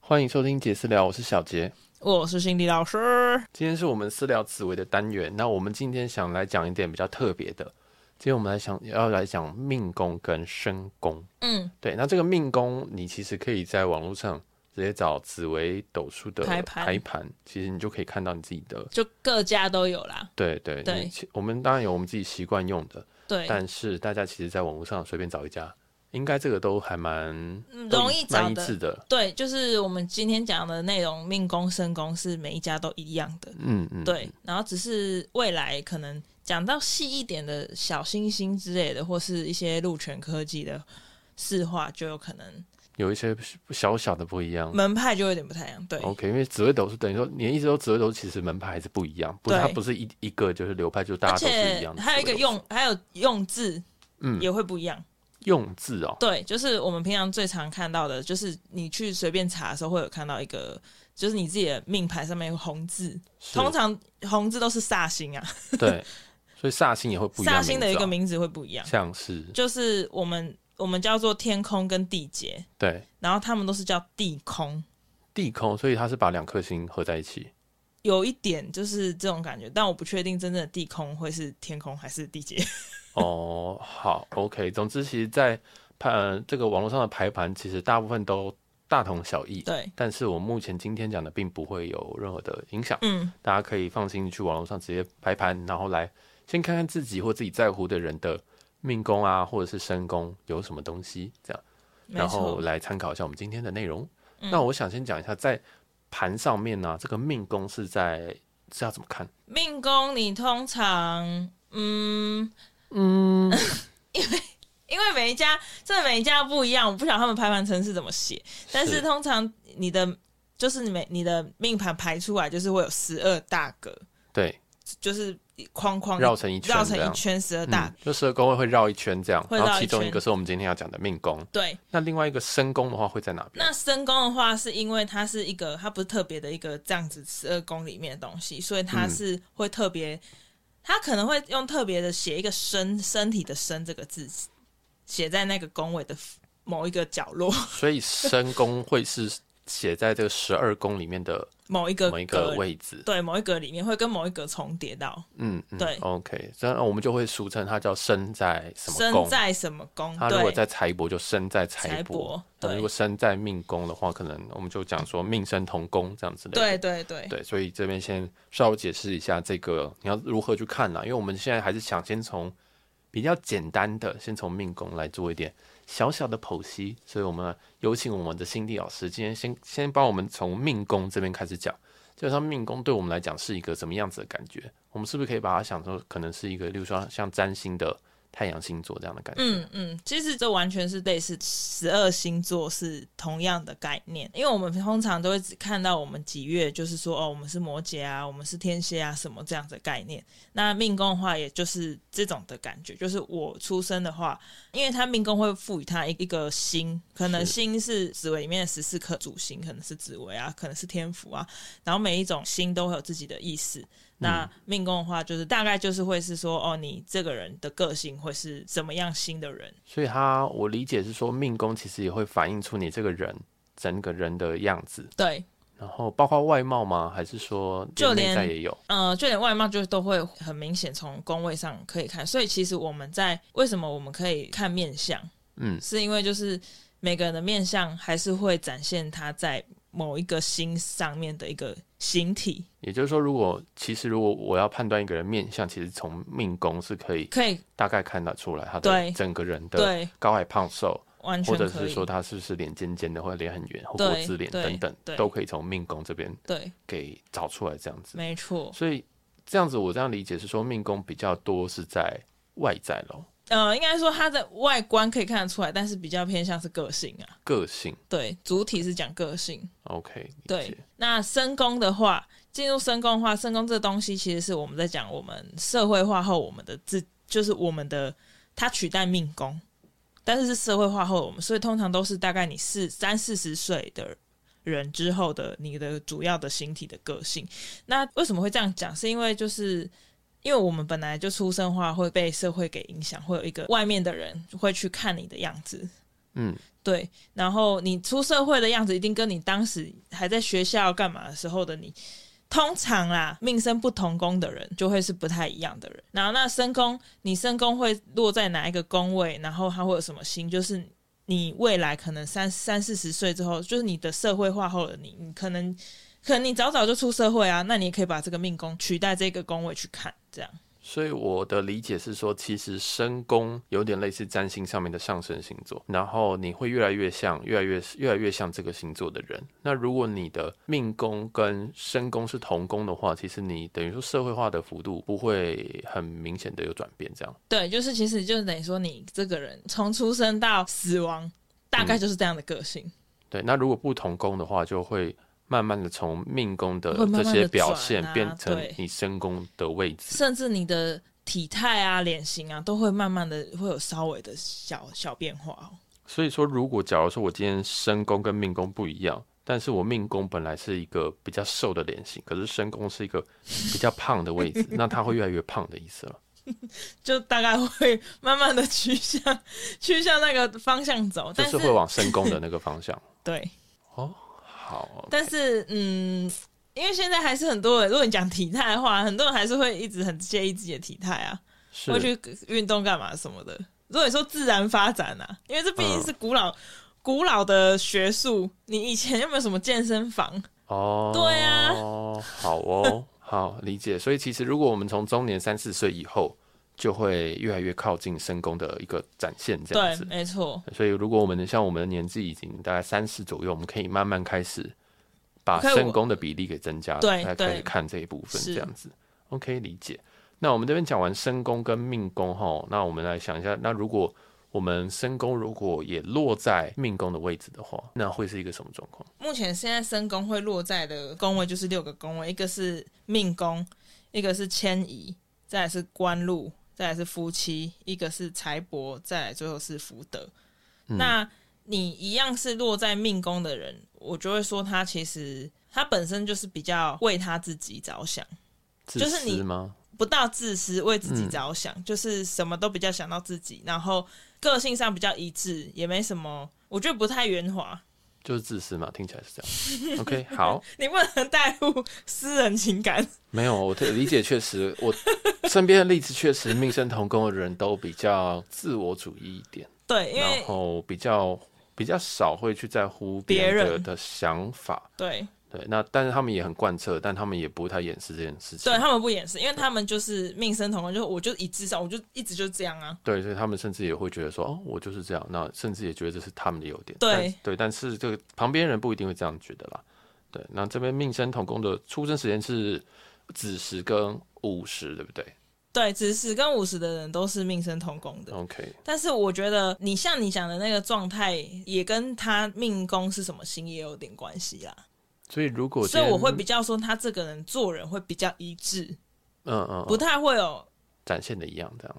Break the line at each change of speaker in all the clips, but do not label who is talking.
欢迎收听杰私聊，我是小杰。
我是心理老师。
今天是我们私聊紫薇的单元，那我们今天想来讲一点比较特别的。今天我们来想要来讲命宫跟身宫。
嗯，
对，那这个命宫，你其实可以在网络上直接找紫薇斗数的
排盘
盘，其实你就可以看到你自己的。
就各家都有啦。
对对
对
你其我们当然有我们自己习惯用的，
对，
但是大家其实在网络上随便找一家，应该这个都还蛮
嗯
都
容易找
蛮一致
的。
的。
对，就是我们今天讲的内容，命宫、身宫是每一家都一样的。
嗯嗯，
对，然后只是未来可能讲到细一点的小星星之类的，或是一些鹿泉科技的四化，就有可能
有一些小小的不一样。
门派就有点不太一样。对，
OK，因为紫微斗数等于说，你一直都紫微斗数，其实门派还是不一样，不是
对
它不是一一个就是流派，就是大
而
家都是一
且
样的紫微斗数。
还有一个用，还有用字
嗯
也会不一样。
用字哦，
对，就是我们平常最常看到的，就是你去随便查的时候会有看到一个，就是你自己的命盘上面有红字，
是
通常红字都是煞星啊，
对，所以煞星也会不一样、
煞星的一个
名
名字啊会不一
字
样
哦，，像是
就是我们我们叫做天空跟地劫，
对
然后他们都是叫地空，
地空，所以它是把两颗星合在一起。
有一点就是这种感觉，但我不确定真正的地空会是天空还是地劫。
哦，好，OK。总之，其实在盘、呃这个网络上的排盘，其实大部分都大同小异。
对，
但是我目前今天讲的并不会有任何的影响，
嗯，
大家可以放心去网络上直接排盘，然后来先看看自己或自己在乎的人的命宫啊，或者是身宫有什么东西，这样，
没
然后
错，嗯
来参考一下我们今天的内容。那我想先讲一下，在盘上面呢、这个命宫是在是要怎么看？
命宫你通常嗯。
嗯，
因为每一家真的每一家不一样，我不晓得他们排盘程式怎么写，但是通常你的就是你每你的命盘排出来就是会有十二大格，
对，
就是框框
绕成一圈
绕
这
成一
样。
圈十二大格
嗯，就十二宫位会绕一圈这样，
会
然
绕
后
一
其中一
圈
个是我们今天要讲的命宫，
对，
那另外一个身宫的话会在哪边？
那身宫的话，是因为它是一个它不是特别的一个这样子十二宫里面的东西，所以
嗯
它是会特别，它可能会用特别的写一个身身体的身这个字，写在那个宫位的某一个角落，
所以身宫会是写在这个十二宫里面的
某一个
某一
格
个
里
位置。
对，某一格里面会跟某一格重叠到，
嗯，嗯
对
，OK，这样我们就会俗称它叫身在什么
身
宫。
在什么宫？
它如果
对，
在财帛，就身在
财
帛
帛；
那
对
如果身在命宫的话，可能我们就讲说命生同宫这样之类的。
对对对，
对，所以这边先稍微解释一下这个你要如何去看啦、因为我们现在还是想先从比较简单的，先从命宫来做一点小小的剖析，所以我们有请我们的心地老师，今天先先帮我们从命宫这边开始讲，基本上命宫对我们来讲是一个什么样子的感觉？我们是不是可以把它想成可能是一个，例如说像占星的太阳星座这样的感觉？
嗯嗯，其实这完全是类似十二星座是同样的概念，因为我们通常都会只看到我们几月，就是说哦，我们是摩羯啊，我们是天蝎啊，什么这样子的概念。那命宫的话，也就是这种的感觉，就是我出生的话，因为它命宫会赋予它一一个星，可能
是
星是紫微里面的十四颗主星，可能是紫微啊，可能是天府啊，然后每一种星都会有自己的意思。那命宫的话，就是大概就是会是说，哦，你这个人的个性会是怎么样新的人，
所以它我理解是说命宫其实也会反映出你这个人整个人的样子。
对，
然后包括外貌吗？还是说
就
连内
连
在也有？
呃，就连外貌就都会很明显从宫位上可以看，所以其实我们在为什么我们可以看面相，
嗯，
是因为就是每个人的面相还是会展现他在某一个星上面的一个形体，
也就是说，如果其实如果我要判断一个人面相，其实从命宫是可以
可以
大概看得出来他的
对
整个人的
对，
高矮胖瘦，
完全
或者
可
是
以
说，他是不是脸尖尖的，或者脸很圆，或
对
国字脸
对
等等，
对
都可以从命宫这边
对，
给找出来这样子。
没错，
所以这样子，我这样理解是说，命宫比较多是在外在咯，
呃，应该说他的外观可以看得出来，但是比较偏向是个性啊。
个性。
对，主体是讲个性。
OK，理
对
解，
那深宫的话，进入深宫的话，深宫这东西其实是我们在讲我们社会化后，我们的自就是我们的它取代命宫，但是是社会化后我们，所以通常都是大概你四三四十岁的人之后的你的主要的形体的个性。那为什么会这样讲？是因为就是。因为我们本来就出生的话会被社会给影响，会有一个外面的人会去看你的样子，
嗯，
对，然后你出社会的样子，一定跟你当时还在学校干嘛的时候的你，通常啦，命生不同宫的人就会是不太一样的人。然后那身宫，你身宫会落在哪一个宫位，然后它会有什么星，就是你未来可能三三四十岁之后，就是你的社会化后的你，你可能可能你早早就出社会啊，那你也可以把这个命宫取代这个宫位去看，这样。
所以我的理解是说，其实申宫有点类似占星上面的上升星座，然后你会越来越像，越来越越来越像这个星座的人。那如果你的命宫跟申宫是同宫的话，其实你等于说社会化的幅度不会很明显的有转变，这样。
对，就是其实就是等于说你这个人从出生到死亡，大概就是这样的个性，
对，那如果不同宫的话，就会慢慢的从命宫的
会慢慢
这
地
些表现
转啊
变成
对
你身宫的位置。
甚至你的体态啊、脸型啊，都会慢慢的会有稍微的小小变化哦。
所以说，如果假如说我今天身宫跟命宫不一样，但是我命宫本来是一个比较瘦的脸型，可是身宫是一个比较胖的 位置，那它会越来越胖的意思了。
就大概会慢慢的趋向趋向那个方向走，
就
但
是会往身宫的那个方向。哦
对，
好，
但是嗯，因为现在还是很多人，如果你讲体态的话，很多人还是会一直很介意自己的体态啊，
是
会去运动干嘛什么的。如果你说自然发展啊，因为这毕竟是古老、古老的学术，你以前有没有什么健身房？
哦，
对啊，
好哦，好理解。所以其实如果我们从中年三四岁以后，就会越来越靠近身宫的一个展现，这样
对
子，。
没错，
所以，如果我们像我们的年纪已经大概三十左右，我们可以慢慢开始把
可以我
身宫的比例给增加，
对
才开始
对
看这一部分
是
这样子。OK，理解。那我们这边讲完身宫跟命宫哈，那我们来想一下，那如果我们身宫如果也落在命宫的位置的话，那会是一个什么状况？
目前现在身宫会落在的宫位就是六个宫位，一个是命宫，一个是迁移，再来是官禄，再来是夫妻，一个是财帛，再来最后是福德。那你一样是落在命宫的人，我就会说他其实他本身就是比较为他自己着想。
自
就是你
私吗？
不到自私，为自己着想，就是什么都比较想到自己，然后个性上比较一致，也没什么，我觉得不太圆滑。
就是自私嘛，听起来是这 样。OK，好，
你不能带入私人情感，
没有，我的理解确实，我身边的例子确实，命生同宫的人都比较自我主义一点。
对，因
然
为
后比较比较少会去在乎别
别
人
人
的的想法，
对
对，那但是他们也很贯彻，但他们也不太掩饰这件事情
对，，他们不掩饰，因为他们就是命生同工，就是我就一致上，我就一直就这样啊。
对，所以他们甚至也会觉得说，哦，我就是这样，那甚至也觉得这是他们的优点，
对
但对，但是这个旁边人不一定会这样觉得啦，对，那这边命生同宫的出生时间是子时跟午时，对不对
对，只是跟五十的人都是命生同工的，
？OK，
但是我觉得你像你讲的那个状态，也跟他命宫是什么星也有点关系啦。
所以如果
所
今
以
天
我会比较说他这个人做人会比较一致，
嗯嗯
不
嗯
太会有
展现的一样这样，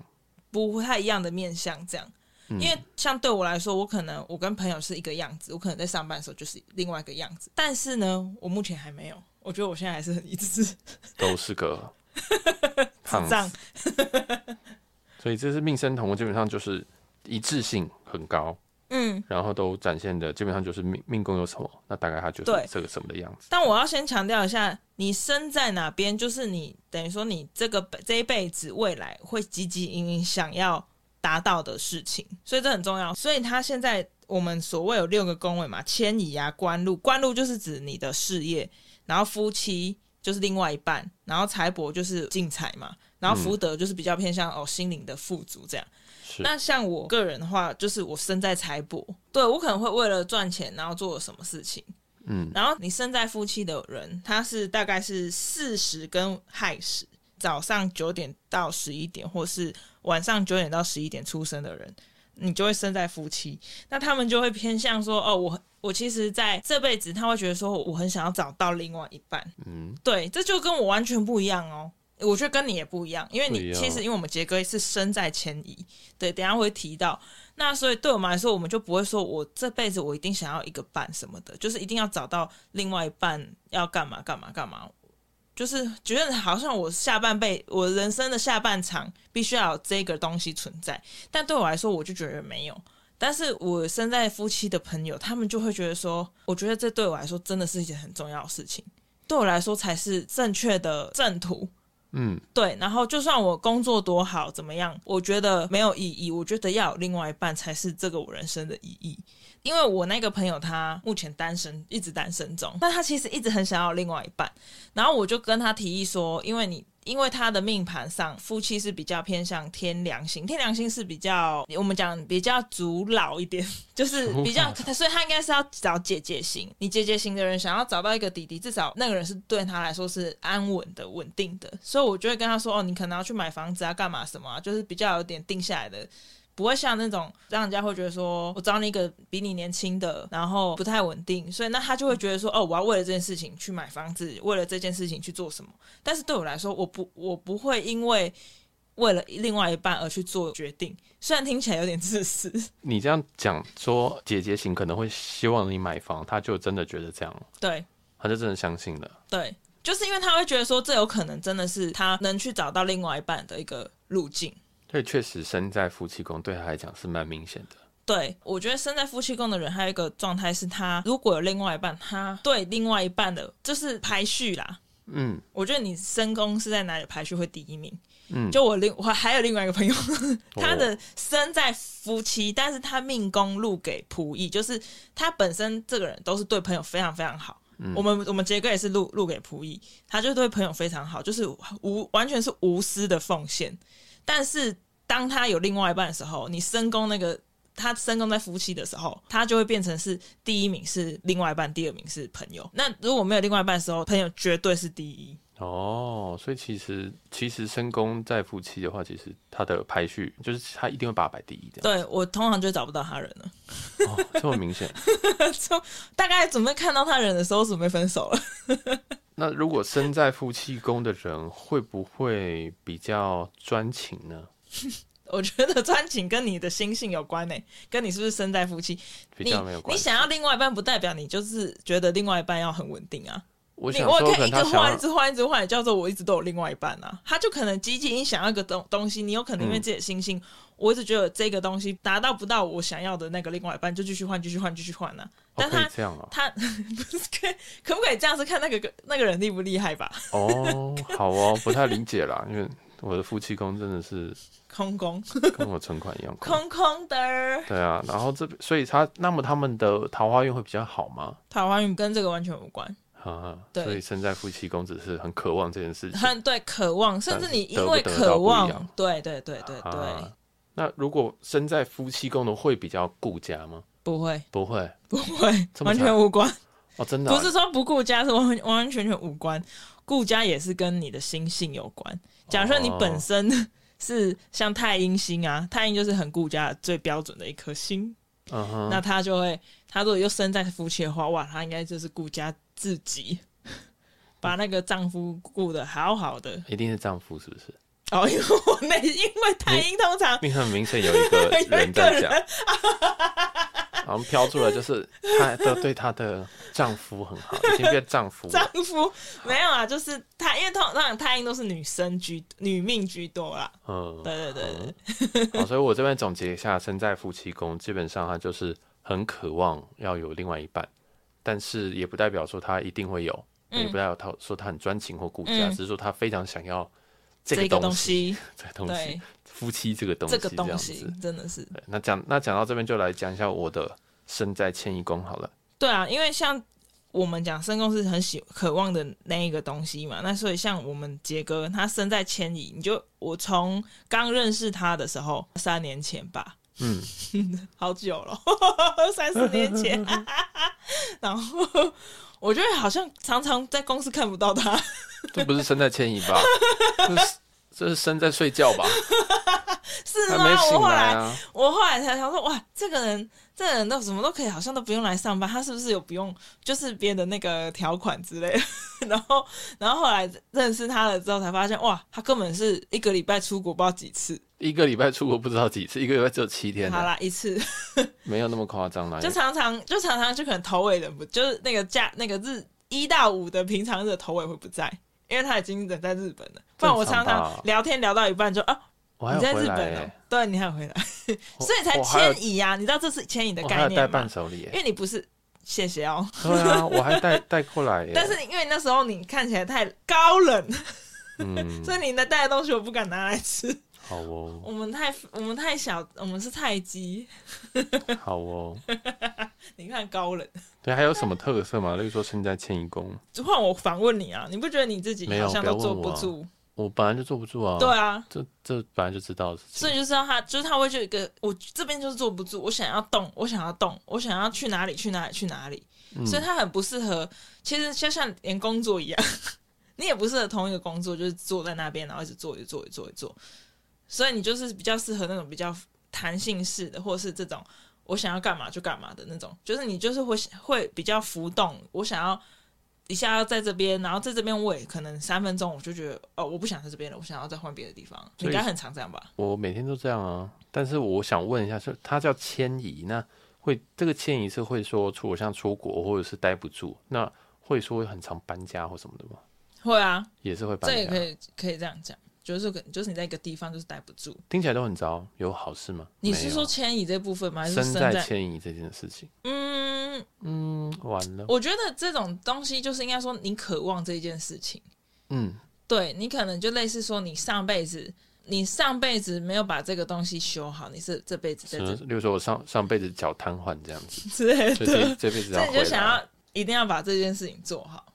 不太一样的面相这样。
嗯
因为像对我来说，我可能我跟朋友是一个样子，我可能在上班的时候就是另外一个样子。但是呢，我目前还没有，我觉得我现在还是很一直是
都是 个胖
这
子
样。
所以这是命生同，基本上就是一致性很高，
嗯，
然后都展现的基本上就是命命宫有什么，那大概它就是
对
这个什么的样子。
但我要先强调一下，你生在哪边，就是你等于说你这个这一辈子未来会积极营营想要达到的事情，所以这很重要。所以他现在我们所谓有六个宫位嘛，迁移啊、官禄，官禄就是指你的事业，然后夫妻就是另外一半，然后财帛就是进财嘛，然后福德就是比较偏向哦心灵的富足这样。
是
那像我个人的话，就是我生在财帛，对我可能会为了赚钱，然后做什么事情。
嗯，
然后你生在夫妻的人，他是大概是巳时跟亥时，早上九点到十一点，或是晚上九点到十一点出生的人，你就会生在夫妻。那他们就会偏向说，哦，我我其实在这辈子，他会觉得说我很想要找到另外一半。
嗯，
对，这就跟我完全不一样哦。我觉得跟你也不一样，因为
不一
你
样
其实因为我们杰哥是身在前移，对，等一下会提到。那所以对我们来说，我们就不会说我这辈子我一定想要一个伴什么的，就是一定要找到另外一半要干嘛干嘛干嘛，就是觉得好像我下半辈我人生的下半场必须要有这个东西存在，但对我来说，我就觉得没有。但是我身在夫妻的朋友，他们就会觉得说，我觉得这对我来说真的是一件很重要的事情，对我来说才是正确的正途。
嗯，
对，然后就算我工作多好怎么样，我觉得没有意义。我觉得要有另外一半才是这个我人生的意义。因为我那个朋友他目前单身，一直单身中，但他其实一直很想要另外一半。然后我就跟他提议说，因为你因为他的命盘上夫妻是比较偏向天良星，天良星是比较我们讲比较祖老一点， 就是比较，所以他应该是要找姐姐型。你姐姐型的人想要找到一个弟弟，至少那个人是对他来说是安稳的、稳定的。所以我就会跟他说，哦，你可能要去买房子啊，干嘛什么、啊，就是比较有点定下来的不会像那种让人家会觉得说，我找你一个比你年轻的，然后不太稳定，所以那他就会觉得说，哦，我要为了这件事情去买房子，为了这件事情去做什么。但是对我来说，我不我不会因为为了另外一半而去做决定，虽然听起来有点自私，
你这样讲说姐姐型可能会希望你买房，他就真的觉得这样，
对
他就真的相信了。
对，就是因为他会觉得说，这有可能真的是他能去找到另外一半的一个路径。
对，确实身在夫妻宫对他来讲是蛮明显的。
对，我觉得身在夫妻宫的人还有一个状态是他如果有另外一半，他对另外一半的就是排序啦。
嗯，
我觉得你身宫是在哪里排序会第一名。
嗯
就我另我还有另外一个朋友，他
哦
嗯的身在夫妻，但是他命宫禄给仆役，就是他本身这个人都是对朋友非常非常好。
嗯
我们我们杰哥也是录录给仆役，他就对朋友非常好，就是无完全是无私的奉献。但是当他有另外一半的时候，你深宫那个他深宫在夫妻的时候，他就会变成是第一名是另外一半，第二名是朋友。那如果没有另外一半的时候，朋友绝对是第一。
哦，所以其实其实身宫在夫妻的话，其实他的排序就是他一定会把它摆第一的，
对我通常就找不到他人了。
哦、这么明显。
就大概准备看到他人的时候，准备分手了。
那如果身在夫妻宫的人，会不会比较专情呢？
我觉得专情跟你的心性有关呢、跟你是不是身在夫妻
比较没有
你。
关
你
系。
想要另外一半，不代表你就是觉得另外一半要很稳定啊。
我
你
想
我
说，
也
可
可以
能
一
他
直
想
换，一
要哦
直换，一直换，叫做我一直都有另外一半啊。他就可能积极想要一个东东西，你有可能
嗯
因为自己的心性，我一直觉得这个东西达到不到我想要的那个另外一半，就继续换，继续换，继续换啊。
哦，
但
可以
他
这样啊？
他 不是可以可不可以这样子看那个那个人厉不厉害吧？
哦， 好哦，不太理解啦，因为我的夫妻宫真的是
空空
跟我存款一样空。
空空的儿。
对啊，然后这边所以他那么他们的桃花运会比较好吗？
桃花运跟这个完全无关，
啊，
对
所以身在夫妻宫只是很渴望这件事情。
很对渴望，甚至你因为
但是得不
渴
得到
望
不一样，
对对对对对，
啊那如果身在夫妻宫的会比较顾家吗？
不 会
不会
不会，
这么
完
惨
全无关，
哦，真的啊、
不是说不顾家，是完完完全全无关，顾家也是跟你的心性有关。假设你本身
哦
是像太阴星啊，太阴就是很顾家最标准的一颗星，
嗯哼，
那他就会，他如果又身在夫妻的话，哇，他应该就是顾家自 己。把那个丈夫顾得好好的
一定是丈夫是不是？
哦，因为我那因为太阴通常
你很明显有 一个人在讲，然后飘出来就是她的对她的丈夫很 好，已经变丈夫
丈
了。
夫没有啊，就是他，因为通通常太阴都是女生居女命居多啦。
嗯，
对对对
好，所以我这边总结一下，身在夫妻宫，基本上他就是很渴望要有另外一半，但是也不代表说他一定会有，
嗯
也不代表他说他很专情或顾家，
嗯
只是说他非常想要这
这
个
个
东
东
西，
西，
这个东西
对，
夫妻这个东西，
这个
样
东西
子。
真的是
对，那讲那讲到这边就来讲一下我的身在迁移宫好了。
对啊，因为像我们讲身宫是很喜渴望的那一个东西嘛，那所以像我们杰哥他身在迁移，你就我从刚认识他的时候，三年前吧，
嗯，
好久了， 三四年前， 然后我觉得好像常常在公司看不到他。
这不是身在迁移 吧？这是这是身在睡觉吧？
是
还
吗？
没
我
醒
后
来
来
啊？
我后来才想说，哇，这个人，这个人都什么都可以，好像都不用来上班，他是不是有不用就是别的那个条款之类的？ 然后，然后后来认识他了之后，才发现，哇，他根本是一个礼拜出国不知道几次，
一个礼拜出国不知道几次，一个礼拜只有七天哎
好
呢，
啦，一次，
没有那么夸张啦。
就常常就常常就可能头尾人不，就是那个假那个日一到五的平常日的头尾会不在，因为他已经人在日本了，不然我常
正常吧
常聊天聊到一半就啊。
我还
你在
有回
日
来
本、哦
欸，，
对，你还有回来，
我
所以才
我还有
迁移啊！你知道这是迁移的
我还
概
有带
念吗
伴？手礼
因
欸，
为你不是谢谢哦，
对 啊，我还带带过来欸，
但是因为那时候你看起来太高冷，
嗯，
所以你的带的东西我不敢拿来吃。
好哦，
我们太我们太小，我们是菜鸡。
好哦，
你看高冷，
对，还有什么特色吗？例如说现在迁移宫，
就换我反问你啊！你不觉得你自己
没有
好像都
不要
坐
问我啊
住？
我本来就坐不住啊，
对，啊，
这这本来就知道的事情，
所以就是要他，就是他会就有一个，我这边就是坐不住，我想要动，我想要动，我想要去哪里去哪里去哪里，
嗯
所以他很不适合。其实就像连工作一样， 你也不适合同一个工作，就是坐在那边，然后一直坐，一直坐，一直坐，一直坐。所以你就是比较适合那种比较弹性式的，或是这种我想要干嘛就干嘛的那种，就是你就是会会比较浮动，我想要。一下要在这边，然后在这边我也可能三分钟我就觉得哦，我不想在这边了，我想要再换别的地方。你应该很常这样吧？
我每天都这样啊，但是我想问一下，是它叫迁移，那会这个迁移是会说，除了像出国或者是待不住，那会说很常搬家或什么的吗？
会啊，
也是会搬
这也
家，
可以可以这样讲，就是可就是你在一个地方就是待不住。
听起来都很糟，有好事吗？
你
没
是
有
说迁移这部分吗？还是
身
身
在
在？
迁移这件事情？
嗯，
嗯，完了，
我觉得这种东西就是应该说你渴望这一件事情，
嗯，
对你可能就类似说你上辈子。你上辈子没有把这个东西修好，你是这辈子在
只能
这
例如说我上上辈子脚瘫痪这样 子，
之类
所
的，
以这这辈子
所
要
以你
回来。
就想要一定要把这件事情做好。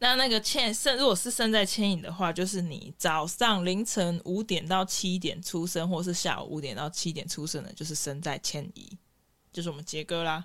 那那个欠甚，如果是胜在牵引的话，就是你早上凌晨五点到七点出生，或是下午五点到七点出生的，就是生在迁移，就是我们杰哥啦。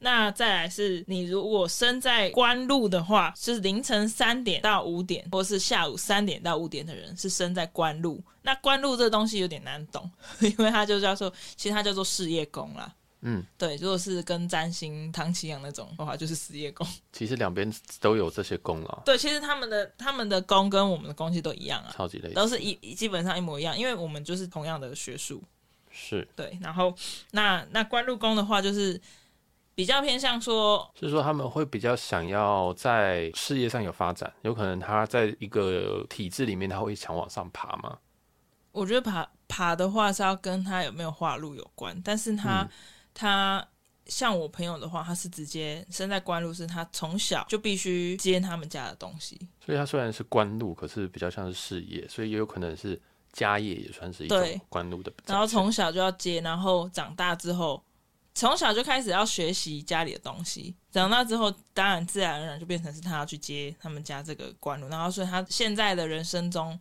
那再来是你如果生在官路的话，就是凌晨三点到五点，或是下午三点到五点的人是生在官路。那官路这个东西有点难懂，因为它就叫做，其实它叫做事业宫啦。
嗯，
对，如果是跟占星、唐奇阳那种的话，就是事业宫。
其实两边都有这些功劳，
对，其实他们的他们的宫跟我们的宫其实都一样啊，
超级类似
都是一基本上一模一样，因为我们就是同样的学术。
是
对，然后那那官禄宫的话，就是比较偏向说，
是说他们会比较想要在事业上有发展，有可能他在一个体制里面，他会想往上爬嘛？
我觉得爬爬的话是要跟他有没有化禄有关，但是他、他。像我朋友的话，他是直接生在官禄，是他从小就必须接他们家的东西，
所以他虽然是官路，可是比较像是事业，所以也有可能是家业，也算是一
对
种官路的展现。
然后从小就要接，然后长大之后，从小就开始要学习家里的东西。长大之后，当然自然而然就变成是他要去接他们家这个官路。然后，所以他现在的人生中，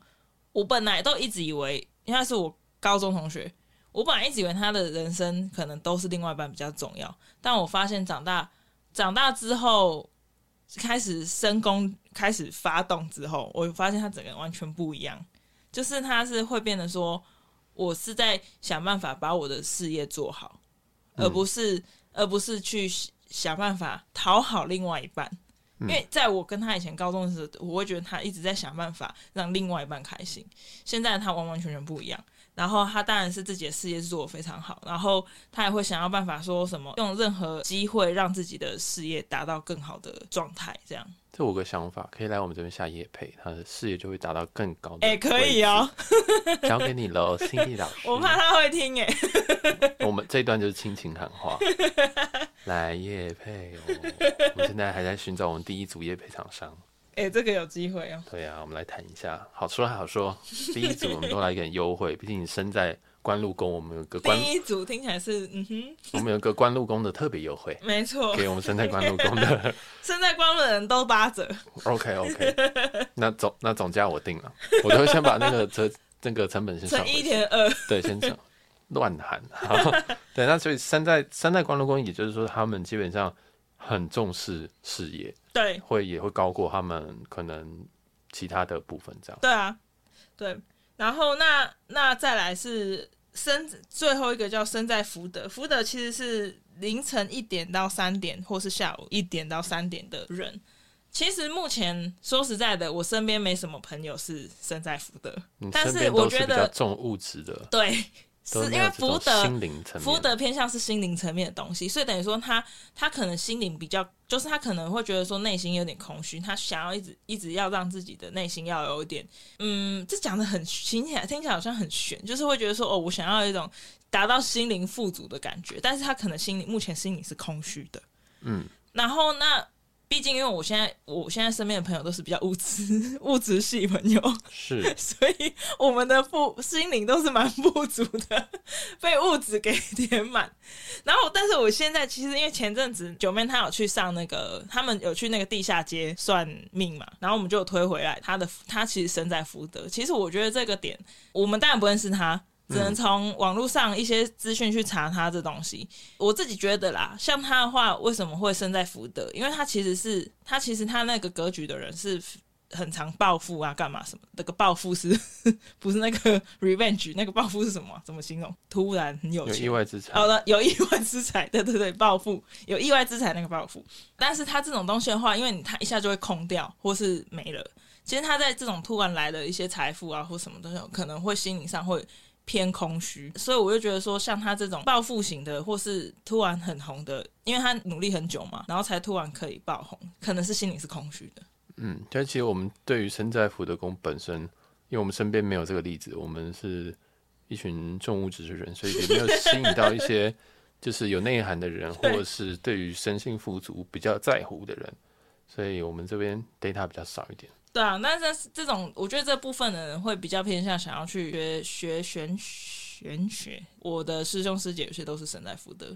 我本来都一直以为，因为他是我高中同学，我本来一直以为他的人生可能都是另外一半比较重要。但我发现长大长大之后，开始深宫开始发动之后，我发现他整个人完全不一样，就是他是会变得说，我是在想办法把我的事业做好，
嗯
而不是、而不是去想办法讨好另外一半。因为在我跟他以前高中的时候，我会觉得他一直在想办法让另外一半开心。现在他完完全全不一样，然后他当然是自己的事业是做得非常好，然后他也会想要办法说什么，用任何机会让自己的事业达到更好的状态，这样。
这五个想法可以来我们这边下夜配，他的事业就会达到更高的。
哎、可以，哦，
交给你喽，Cindy 老师。
我怕他会听哎、
我们这一段就是亲情喊话， 来夜配哦。我们现在还在寻找我们第一组夜配厂商。
哎、这个有机会哦。
对啊，我们来谈一下，好说好说。 第一组我们都来一点优惠，毕竟你身在官禄宫，我们有个 官，
第一组听起来是嗯哼，
我们有个官禄宫的特别优惠，
没错，
给我们身在官禄宫的。
现在光的人都八折，
OK OK，那总那总价我定了，我都会先把那个 折那个成本先算
乘
回
一
去。
点二，
对，先讲乱喊。好 对，那所以三代三代关禄宫，也就是说他们基本上很重视事业，
对
会也会高过他们可能其他的部分这样。
对啊，对。然后那那再来是生最后一个叫生在福德，福德其实是凌晨一点到三点，或是下午一点到三点的人。其实目前说实在的，我身边没什么朋友是生在福德，
你
但
身
是
边
我
都是
觉
比较
得
重物质的，
对，
都
是
没
因
有
为
这种
福德
心灵层
福
面
德偏向是心灵层面的东西，所以等于说他他可能心灵比较，就是他可能会觉得说内心有点空虚，他想要一直一直要让自己的内心要有一点，嗯，这讲的很听起来听起来好像很玄，就是会觉得说哦，我想要一种达到心灵富足的感觉，但是他可能心里目前心里是空虚的，
嗯，
然后那。毕竟，因为我现在我现在身边的朋友都是比较物质 物质系朋友，
是
所以我们的富心灵都是蛮富足的，被物质给填满。然后，但是我现在其实因为前阵子九妹她有去上那个，他们有去那个地下街算命嘛，然后我们就有推回来她的，她其实身在福德。其实我觉得这个点，我们当然不认识她。只能从网络上一些资讯去查她这东西。我自己觉得啦，像她的话，为什么会身在福德？因为她其实是她其实她那个格局的人是很常暴富啊，干嘛什么？那个暴富是 不是那个 revenge？那个暴富是什么啊？怎么形容？突然很有
有
钱，
意外之财
好，了，有意外之财，对对对，暴富有意外之财那个暴富，但是他这种东西的话，因为你他一下就会空掉或是没了，其实他在这种突然来的一些财富啊或什么东西，可能会心理上会偏空虚，所以我就觉得说，像他这种暴富型的或是突然很红的，因为他努力很久嘛，然后才突然可以爆红，可能是心里是空虚的。
嗯，但其实我们对于身在福德宫本身，因为我们身边没有这个例子，我们是一群重物质的人，所以也没有吸引到一 些就是有内涵的人，或
对
者是对于身性富足比较在乎的人，所以我们这边 data 比较少一点。
对啊，但是这种，我觉得这部分的人会比较偏向想要去学学玄玄学。我的师兄师姐有些都是神在福德，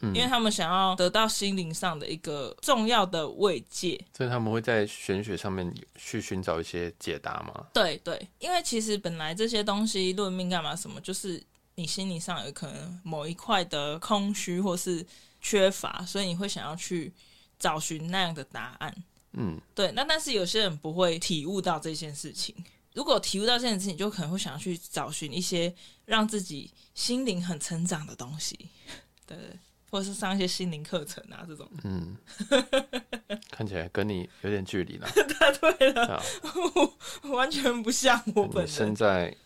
嗯
因为他们想要得到心灵上的一个重要的慰藉。
所以他们会在玄学上面去寻找一些解答嘛？
对对，因为其实本来这些东西论命干嘛什么，就是你心理上有可能某一块的空虚或是缺乏，所以你会想要去找寻那样的答案。
嗯，
对，那但是有些人不会体悟到这件事情。如果体悟到这件事情，就可能会想要去找寻一些让自己心灵很成长的东西，对，或者是上一些心灵课程啊这种。
嗯，看起来跟你有点距离啦。
对了，
啊，
完全不像我本
你身
人。
在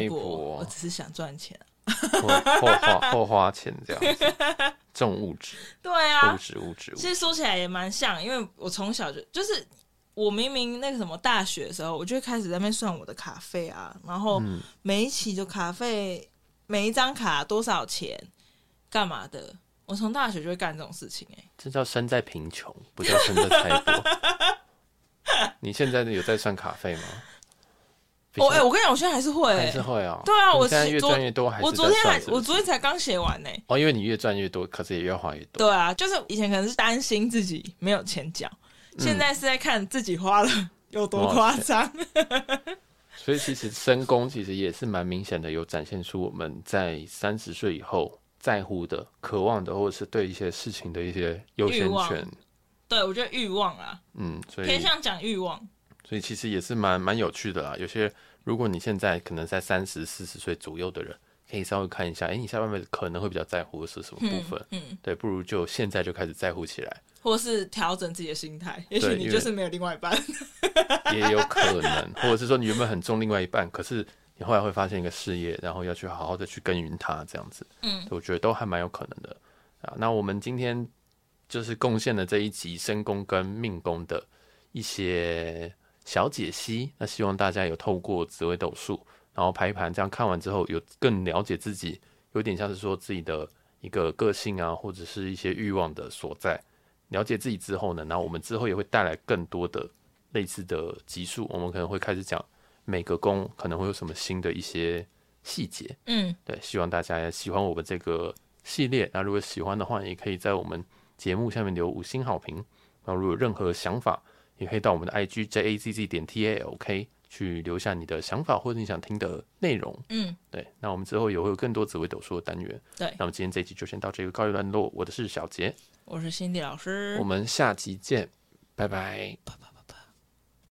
财
帛，
帛
我只是想赚钱、
后后花后花钱这样子，重物 质，
对啊
物，质物质物
其
质，
实说起来也蛮像，因为我从小就就是我明明那个什么大学的时候，我就开始在那边算我的卡费啊，然后
嗯
每一期就卡费，每一张卡多少钱，干嘛的？我从大学就会干这种事情、欸，
这叫身在贫穷，不叫身在财帛。 你现在有在算卡费吗？
我哎、我跟你讲，我现在还是会、
还是
欸，
会啊。
对啊
你
我
现在
是
越
昨
赚越多，还是
我昨
在
天
算
还
是不是
我昨天才刚写完呢、欸
哦，因为你越赚越多，可是也越花越多。
对啊，就是以前可能是担心自己没有钱缴，
嗯
现在是在看自己 花了有多夸张。
所以其实深宫其实也是蛮明显的，有展现出我们在三十岁以后在乎的、渴望的，或者是对一些事情的一些优
欲
先
望
权。
对，我觉得欲望啊，
嗯，所以
偏向讲欲望。
所以其实也是蛮蛮有趣的啦。有些如果你现在可能在三十四十岁左右的人，可以稍微看一下，哎、你下半辈子可能会比较在乎的是什么部分？
嗯嗯
对，不如就现在就开始在乎起来，
或是调整自己的心态，也许
对
你
因为
就是没有另外一半。
也有可能， 或者是说你原本很重另外一半，可是你后来会发现一个事业，然后要去好好的去耕耘它，这样子，
嗯，
我觉得都还蛮有可能的啊。那我们今天就是贡献了这一集身宫跟命宫的一些小解析，那希望大家有透过紫微斗数，然后排盘这样看完之后，有更了解自己，有点像是说自己的一个个性啊，或者是一些欲望的所在。了解自己之后呢，然后我们之后也会带来更多的类似的集数，我们可能会开始讲每个宫可能会有什么新的一些细节。
嗯，
对，希望大家也喜欢我们这个系列。那如果喜欢的话，也可以在我们节目下面留五星好评。那如果有任何想法，也可以到我们的 IG jazz 点 talk 去留下你的想法或者你想听的内容。
嗯，
对，那我们之后也会有更多紫微斗数的单元。
对，
那么今天这一集就先到这个告一段落。我的是小杰，
我是辛迪老师
我，们下集见，拜拜。
拜拜。